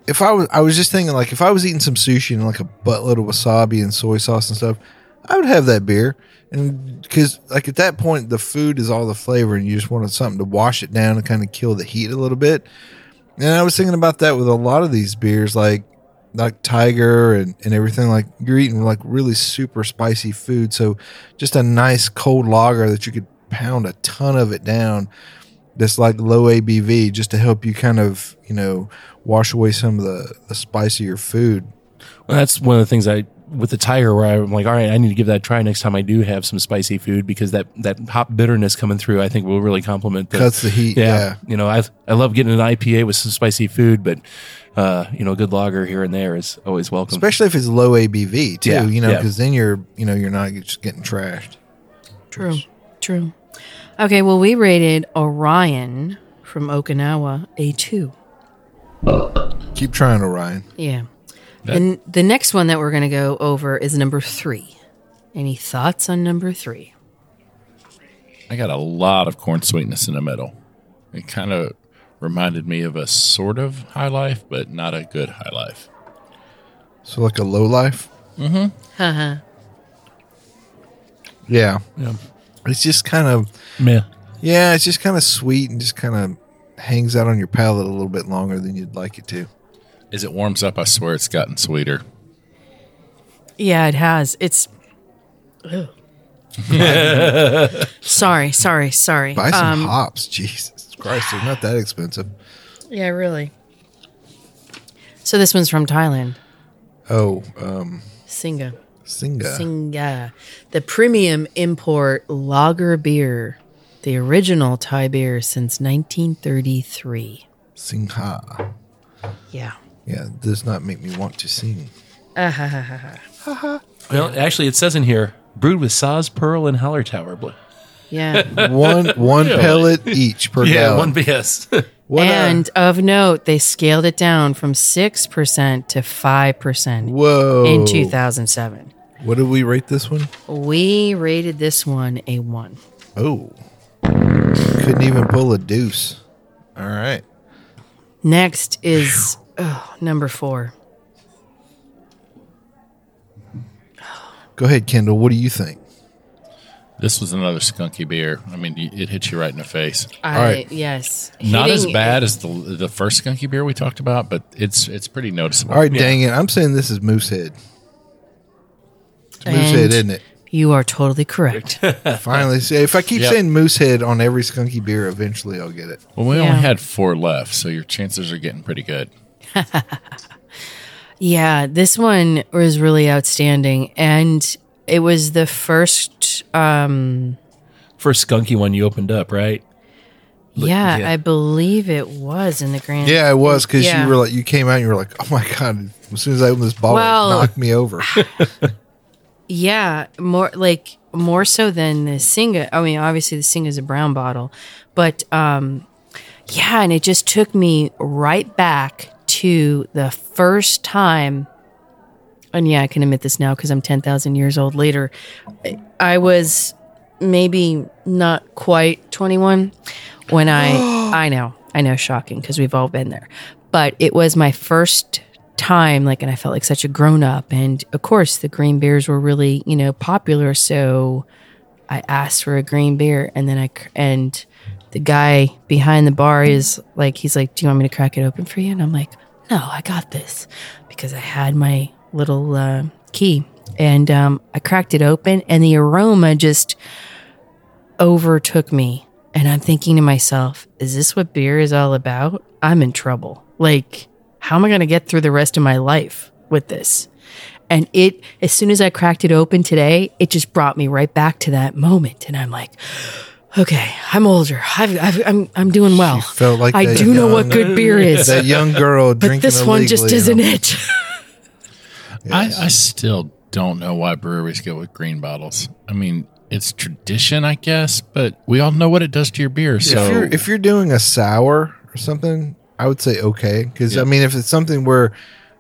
E: if I was, I was just thinking like if I was eating some sushi and like a buttload of wasabi and soy sauce and stuff, I would have that beer, and because like at that point the food is all the flavor, and you just wanted something to wash it down and kind of kill the heat a little bit. And I was thinking about that with a lot of these beers, like like tiger and, and everything. Like you're eating like really super spicy food, so just a nice cold lager that you could pound a ton of it down. That's like low ABV, just to help you kind of you know wash away some of the the spice of your food.
F: Well, that's one of the things I with the tiger where I'm like, all right, I need to give that a try next time I do have some spicy food because that that hop bitterness coming through, I think will really complement. The,
E: Cuts the heat, yeah.
F: you know, I I love getting an IPA with some spicy food, but uh, you know, a good lager here and there is always welcome.
E: especially if it's low ABV too.
F: Yeah,
E: you know,
F: yeah.
E: because then you're you know you're not just getting trashed.
B: True. True. Okay, well, we rated Orion from Okinawa a two.
E: Keep trying, Orion.
B: Yeah. And the next one that we're going to go over is number three. Any thoughts on number three?
D: I got a lot of corn sweetness in the middle. It kind of reminded me of a sort of high life, but not a good high life.
E: So like a low life.
F: Mm-hmm.
B: Haha.
E: Yeah,
F: Yeah.
E: it's just kind of
F: Yeah.
E: yeah, it's just kind of sweet and just kind of hangs out on your palate a little bit longer than you'd like it to.
D: As it warms up, I swear it's gotten sweeter.
B: yeah, it has. It's. Ugh. sorry, sorry, sorry.
E: Buy some
B: Um,
E: hops, [laughs] Jesus Christ, they're not that expensive.
B: yeah, really. So this one's from Thailand.
E: Oh, um,
B: Singa.
E: Singa.
B: Singa. The premium import lager beer. The original Thai beer since 1933.
E: Singha.
B: Yeah.
E: Yeah, does not make me want
F: [laughs]
E: to sing.
F: Well, actually, it says in here brewed with Saz, Pearl, and Howler Tower. Blue.
B: Yeah.
E: One one pellet each per
F: Yeah,
E: gallon.
F: one BS.
E: [laughs] What uh, a-
B: and of note, they scaled it down from 6% to 5%
E: whoa.
B: in 2007.
E: What did we rate this one?
B: We rated this one a 1.
E: Oh. Couldn't even pull a deuce. All right.
B: Next is oh, number 4.
E: Go ahead, Kendall. What do you think?
D: This was another skunky beer. I mean, y- it hits you right in the face.
B: I,
E: right.
B: Yes.
D: Not as
B: Hitting-
D: bad as the the first skunky beer we talked about, but it's it's pretty noticeable.
E: All right, dang it. I'm saying this is Moosehead. It's
B: And-
E: Moosehead, isn't it?
B: You are totally correct.
E: Finally. See, if I keep
D: Yep.
E: saying Moosehead on every skunky beer, eventually I'll get it.
D: Well, we
B: Yeah.
D: only had four left, so your chances are getting pretty good.
B: Yeah, this one was really outstanding, and it was the first. Um,
F: [laughs] First skunky one you opened up, right?
B: yeah,
F: yeah.
B: I believe it was in the grand.
E: Yeah, it was because
B: Yeah.
E: you were like, you came out and you were like, oh my God, as soon as I opened this bottle,
B: Well-
E: it knocked
B: [laughs]
E: me over.
B: yeah, more like more so than the Singa. I mean, obviously the Singa is a brown bottle, but um, yeah, and it just took me right back to the first time. And yeah, I can admit this now because I'm ten thousand years old later. I- I was maybe not quite 21 when I I know I know shocking because we've all been there but it was my first time like and I felt like such a grown up and of course the green beers were really you know popular so I asked for a green beer and then I cr- and the guy behind the bar is like he's like do you want me to crack it open for you and I'm like no I got this because I had my little uh, key and um, I cracked it open and the aroma just overtook me. And I'm thinking to myself, is this what beer is all about? I'm in trouble. Like, how am I going to get through the rest of my life with this? And it, as soon as I cracked it open today, it just brought me right back to that moment. And I'm like, okay, I'm older. I've, I've, I'm, I'm doing well.
E: felt like
B: I
E: that
B: do know what
E: young- [laughs]
B: good beer is,
E: that young girl drinking
B: but this one just
E: illegally,
B: isn't
E: you know.
B: it. [laughs] Oh,
D: I, I still don't know why breweries go with green bottles. I mean, it's tradition, I guess, but we all know what it does to your beer. So
E: if you're if you're doing a sour or something, I would say okay because I mean if it's something where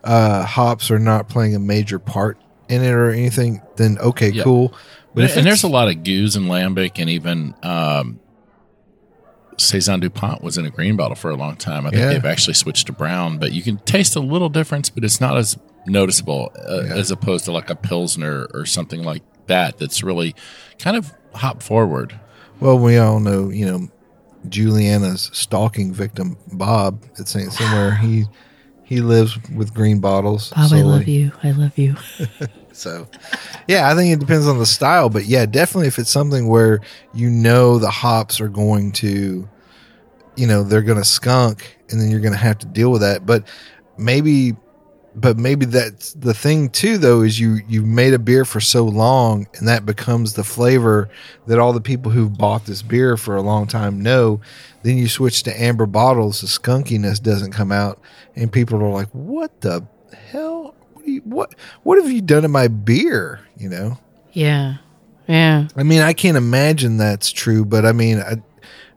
E: uh, hops are not playing a major part in it or anything, then okay,
D: Yeah.
E: cool. But if
D: and
E: it's-
D: there's a lot of goose and lambic, and even um, saison Dupont was in a green bottle for a long time. I think
E: Yeah.
D: they've actually switched to brown, but you can taste a little difference, but it's not as noticeable uh, as opposed to like a pilsner or something like that. That's really kind of hop forward.
E: well, we all know you know Juliana's stalking victim Bob at Saint somewhere he he lives with green bottles.
B: Bob, I
E: solely.
B: love you. I love you.
E: So, yeah, I think it depends on the style, but yeah, definitely if it's something where you know the hops are going to, you know, they're going to skunk, and then you're going to have to deal with that. But maybe but maybe that's the thing too though is you you've made a beer for so long and that becomes the flavor that all the people who've bought this beer for a long time know then you switch to amber bottles the skunkiness doesn't come out and people are like what the hell what do you, what what have you done to my beer you know
B: Yeah. Yeah.
E: i mean i can't imagine that's true but i mean I,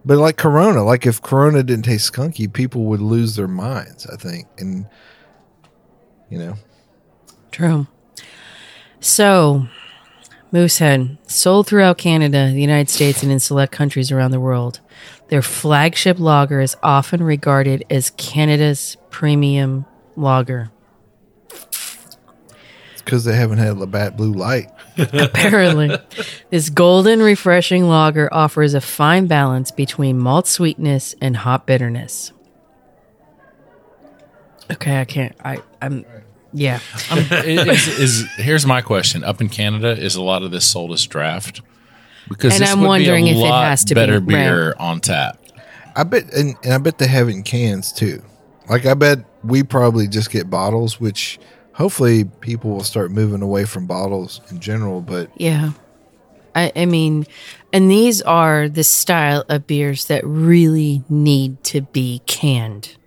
E: but like corona like if corona didn't taste skunky people would lose their minds i think and you know
B: True. So, Moosehead, sold throughout Canada, the United States, and in select countries around the world. Their flagship lager is often regarded as Canada's premium lager. [laughs]
E: because they haven't had Labatt Blue Light.
B: Apparently, this golden, refreshing lager offers a fine balance between malt sweetness and hop bitterness. Okay, I can't. I, I'm. Yeah.
D: Um, [laughs] is, is here's my question. Up in Canada, is a lot of this sold as draft? Because
B: And
D: this
B: I'm
D: would be a
B: wondering if it
D: lot
B: has to be,
D: better
B: right.
D: beer on tap.
E: I bet, and, and I bet they have it in cans too. Like I bet we probably just get bottles, which hopefully people will start moving away from bottles in general. But
B: Yeah. I, I mean, and these are the style of beers that really need to be canned.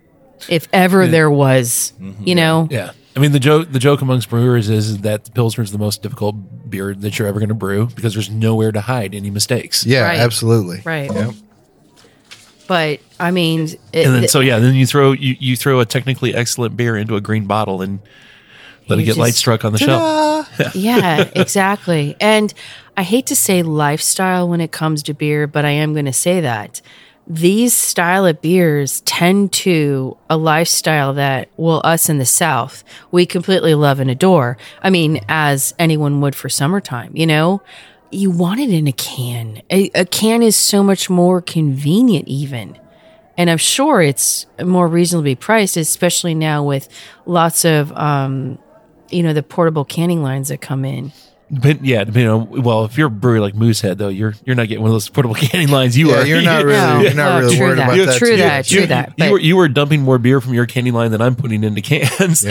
B: If ever there was, you know?
F: Mm-hmm. Yeah. I mean the joke the joke amongst brewers is that the Pilsner's the most difficult beer that you're ever going to brew because there's nowhere to hide any mistakes.
E: yeah,
B: Right.
E: absolutely,
B: Right.
E: Yep.
B: But I mean, it,
F: And then so yeah, then you throw you, you throw a technically excellent beer into a green bottle and let it
B: You
F: get light
B: just-
F: struck on the shelf.
B: yeah, exactly. And I hate to say lifestyle when it comes to beer, but I am going to say that these style of beers tend to a lifestyle that well us in the south we completely love and adore i mean as anyone would for summertime you know you want it in a can a, a can is so much more convenient even and i'm sure it's more reasonably priced especially now with lots of um, you know the portable canning lines that come in.
F: But yeah, depending on well, if you're a brewery like Moosehead though, you're you're not getting one of those portable [laughs] canning lines. You
E: Yeah,
F: are [laughs]
E: you're not
B: [laughs]
E: really,
B: No.
E: you're not
B: Oh,
E: really
B: true
E: worried
B: that.
E: about
B: You're
E: that.
B: true
E: too
B: that.
E: much.
B: True that.
F: You
B: but-
F: were you were dumping more beer from your candy line than I'm putting into cans.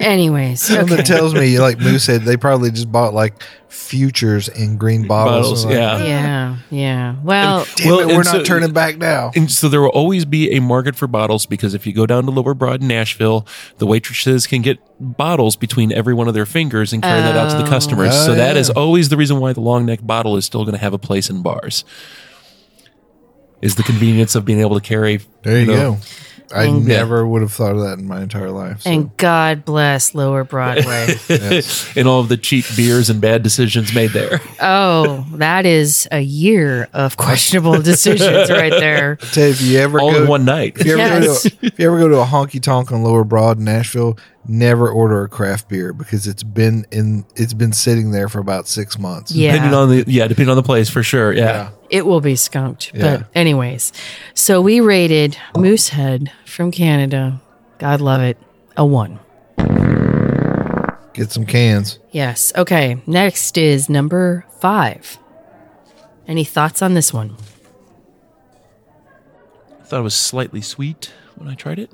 B: Anyways, okay.
E: Something that tells me,
F: [laughs]
E: like Moose said, they probably just bought like futures in green bottles.
F: [laughs] Bottles,
E: Like,
F: yeah.
B: yeah, yeah. Well,
E: Damn
F: Well,
E: it,
F: and
E: we're
F: so-
E: not turning back now.
F: And so there will always be a market for bottles because if you go down to Lower Broad in Nashville, the waitresses can get bottles between every one of their fingers and carry that out to the customers.
E: Oh,
F: so that
E: yeah.
F: is always the reason why the long neck bottle is still going to have a place in bars. Is the convenience of being able to carry.
E: There you
F: know,
E: go. I
B: And-
E: never would have thought of that in my entire life. so.
B: and God bless Lower
E: [laughs]
B: Broadway.
F: and all of the cheap beers and bad decisions made
E: [laughs]
F: there.
B: oh, that is a year of
F: [laughs]
B: questionable decisions right there.
E: Tell you, if you ever
F: all
E: go,
F: in one night.
E: If you, ever go
B: Yes.
E: to, if you ever go to a honky tonk on Lower Broad in Nashville, never order a craft beer because it's been in it's been sitting there for about six months.
F: Depending
B: Yeah,
F: on the yeah, depending on the place for sure. Yeah.
B: it will be skunked.
E: Yeah.
B: But anyways, so we rated Moosehead from Canada. God love it. A one.
E: Get some cans.
B: Yes. Okay. Next is number five. Any thoughts on this one?
F: I thought it was slightly sweet when I tried it.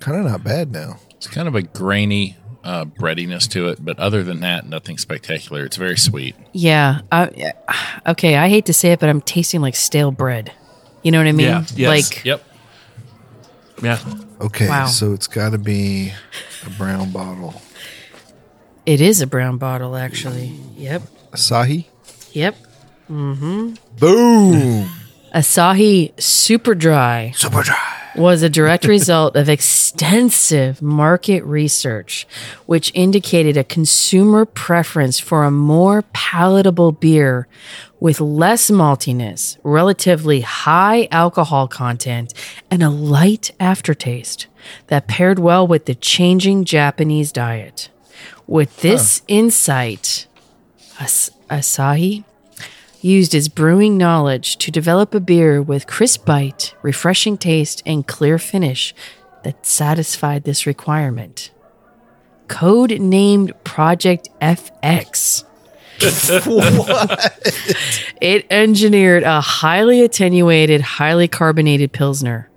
E: Kind of not bad now.
D: It's kind of a grainy uh, breadiness to it, but other than that, nothing spectacular. It's very sweet.
B: Yeah. I, okay. I hate to say it, but I'm tasting like stale bread. You know what I mean?
F: Yeah, yes.
B: Like,
D: Yep.
F: Yeah.
E: Okay,
B: Wow.
E: so it's got to be a brown bottle.
B: it is a brown bottle, actually. Yep.
E: Asahi.
B: Yep.
E: Boom.
F: [laughs]
B: Asahi Super Dry
E: Super dry.
B: was a direct result of extensive market research, which indicated a consumer preference for a more palatable beer with less maltiness, relatively high alcohol content, and a light aftertaste that paired well with the changing Japanese diet. With this insight, As- Asahi used his brewing knowledge to develop a beer with crisp bite, refreshing taste, and clear finish that satisfied this requirement. Code named Project FX. It engineered a highly attenuated, highly carbonated Pilsner.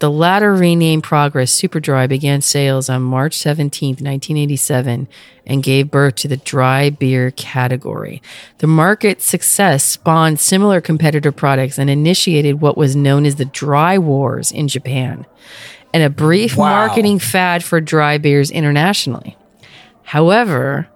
B: The latter renamed Progress Super Dry began sales on March 17, 1987, and gave birth to the dry beer category. The market success spawned similar competitor products and initiated what was known as the Dry Wars in Japan and a brief marketing fad for dry beers internationally. However,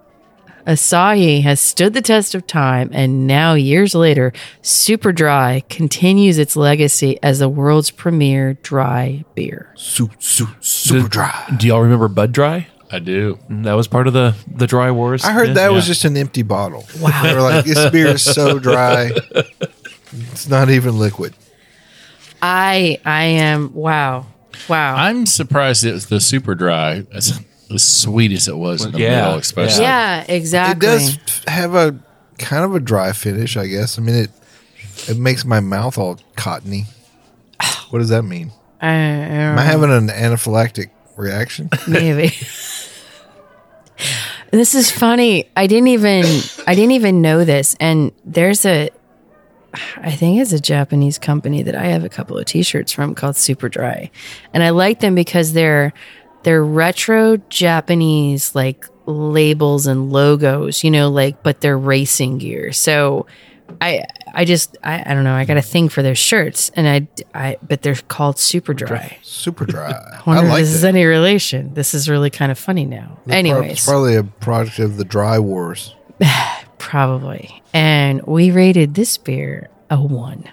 B: Asahi has stood the test of time, and now, years later, Superdry continues its legacy as the world's premier dry beer.
E: Su- su- super dry.
F: Do y'all remember Bud Dry? Mm,
D: I do.
F: That was part of the the Dry Wars.
E: I heard
F: Yeah.
E: that was just an empty bottle. Wow. They were like, this beer is so dry. It's not even liquid.
B: I I am wow. Wow.
E: uh,
D: I'm surprised it was the super dry. That's as sweet as it was in the
F: Yeah,
D: middle, especially.
B: yeah,
E: It
B: exactly.
E: does f- have a kind of a dry finish, I guess. I mean, it it makes my mouth all cottony. What does that mean?
B: [sighs] I- uh, I don't
E: Am I having an anaphylactic reaction?
B: maybe this is funny i didn't even i didn't even know this and there's a i think it's a japanese company that i have a couple of t-shirts from called super dry and i like them because they're they're retro japanese like labels and logos you know like but they're racing gear so i i just i, I don't know i got a thing for their shirts and i i but they're called super dry [laughs]
E: Super dry. I
B: wonder
E: like
B: if this is
E: that.
B: any relation. This is really kind of funny now.
E: It's
B: Anyways,
E: probably a product of the dry wars.
B: probably. And we rated this beer a one.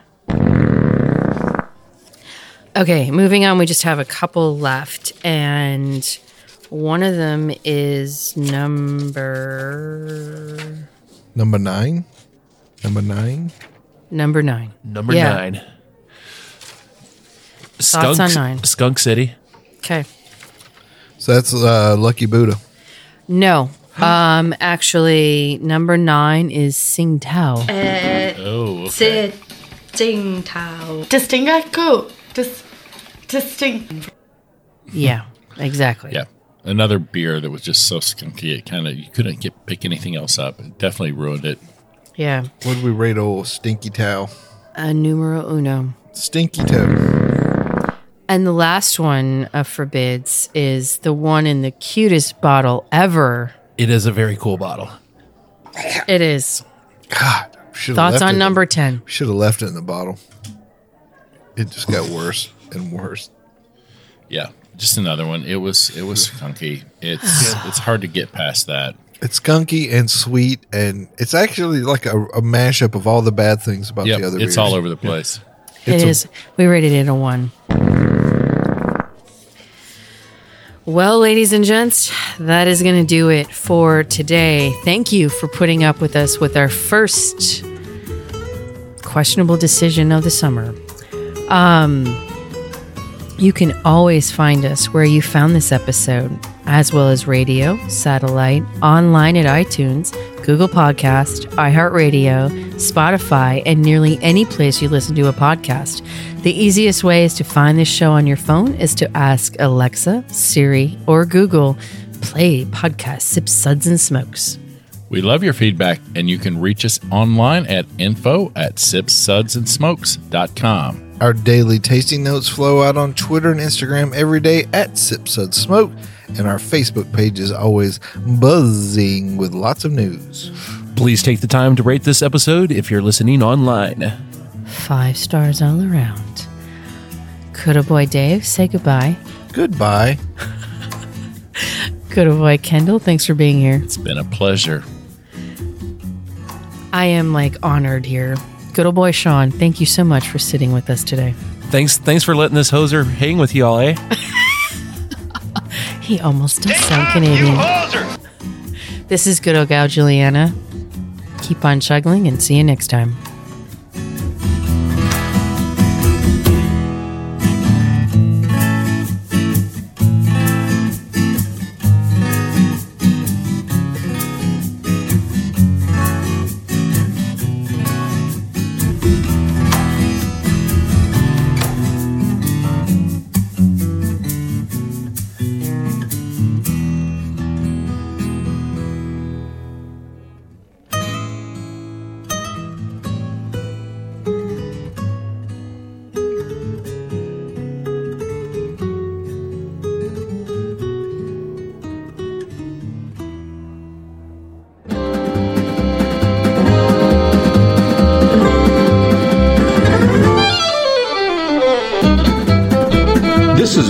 B: Okay, moving on. We just have a couple left, and one of them is number
E: Number nine. Number nine.
B: number nine.
F: Number
B: Yeah.
F: nine.
B: Thoughts on nine.
F: Skunk City.
B: Okay.
E: So that's uh, Lucky Buddha.
B: No. Um. Actually, number nine is Sing Tao.
E: [laughs]
D: Oh, okay.
I: Sitting towel.
H: Distingaku. Dis, distinct.
B: Yeah. Exactly.
D: yeah. Another beer that was just so skunky, it kind of you couldn't get pick anything else up. It definitely ruined it.
B: Yeah.
E: What did we rate old Stinky Towel?
B: A numero uno.
E: Stinky Toe.
B: And the last one of Forbids is the one in the cutest bottle ever.
F: It is a very cool bottle.
B: It is.
E: God. should've
B: Thoughts
E: left it
B: on
E: in-
B: number 10.
E: Should have left it in the bottle. It just got worse and worse.
D: Yeah, just another one. It was it was skunky. It's it's hard to get past that.
E: It's skunky and sweet, and it's actually like a, a mashup of all the bad things about
D: Yep,
E: the other.
D: it's
E: beers.
D: all over the place.
B: It
E: a-
B: is. we rated it a one. Well, ladies and gents, that is going to do it for today. Thank you for putting up with us with our first questionable decision of the summer. Um, you can always find us where you found this episode, as well as radio, satellite, online at iTunes, Google Podcast, iHeartRadio, Spotify, and nearly any place you listen to a podcast. The easiest way is to find this show on your phone is to ask Alexa, Siri, or Google, play podcast Sip Suds and Smokes.
D: We love your feedback, and you can reach us online at info at sipsudsandsmokes.com.
E: Our daily tasting notes flow out on Twitter and Instagram every day at Sipsud Smoke, and our Facebook page is always buzzing with lots of news.
F: Please take the time to rate this episode if you're listening online.
B: Five stars all around. Could a boy Dave say goodbye?
E: Goodbye.
B: Good boy Kendall, thanks for being here.
D: It's been a pleasure.
B: I am like honored here. Good old boy Sean, thank you so much for sitting with us today.
F: Thanks, thanks for letting this hoser hang with y'all, eh?
B: He almost does sound
C: off, you
B: Canadian.
C: hoser!
B: This is good old gal Juliana. Keep on chuggling and see you next time.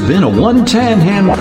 A: been a one tan hand